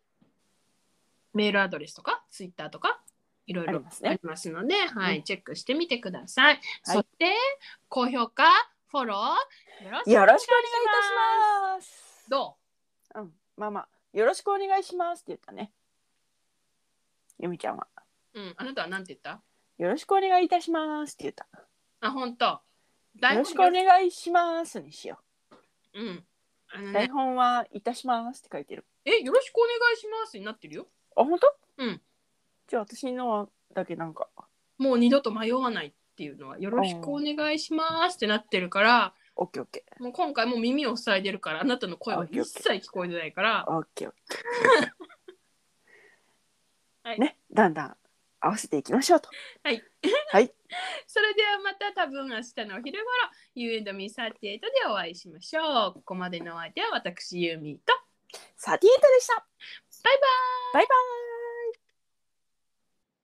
Speaker 2: メールアドレスとか Twitter とかいろい
Speaker 1: あり
Speaker 2: ろ
Speaker 1: ます
Speaker 2: あり
Speaker 1: ね。
Speaker 2: ますので、はい、
Speaker 1: うん
Speaker 2: チェックしてみてください。そして、高評価、フォロー、よろしくお
Speaker 1: よ
Speaker 2: 願
Speaker 1: ろ
Speaker 2: い
Speaker 1: し
Speaker 2: し
Speaker 1: くお願いいたします。
Speaker 2: ます。ど
Speaker 1: うん。まあまあ、よろしくお願いしますって言ったね。ゆみちゃんは。
Speaker 2: ううん、あなたは何て言った
Speaker 1: よろしくお願いいたしますって言った。
Speaker 2: あ、本当。
Speaker 1: よろしくお
Speaker 2: は
Speaker 1: 願いしますにしよ
Speaker 2: うん。あ
Speaker 1: う。
Speaker 2: の
Speaker 1: 台
Speaker 2: ね、
Speaker 1: 本はいたしますって書いてる。
Speaker 2: え、よろしくお願いしますになってるよ。
Speaker 1: あ、本当？
Speaker 2: うん。
Speaker 1: じゃあ私のはだけなんか
Speaker 2: もう二度と迷わないっていうのは、よろしくお願いしますってなってるから、
Speaker 1: オッケーオッケ
Speaker 2: もう今回もう耳を塞いでるから、あなたの声は一切聞こえてないから
Speaker 1: ー、オッケーオッケー。
Speaker 2: [laughs] はい
Speaker 1: ね、だんだん合わせていきましょうと。
Speaker 2: それではまた多分明日のお昼頃 You and me38 でお会いしましょう。ここまでのお相手は私ユーミーと
Speaker 1: サティエタでした。
Speaker 2: バイバイ
Speaker 1: バイバイ。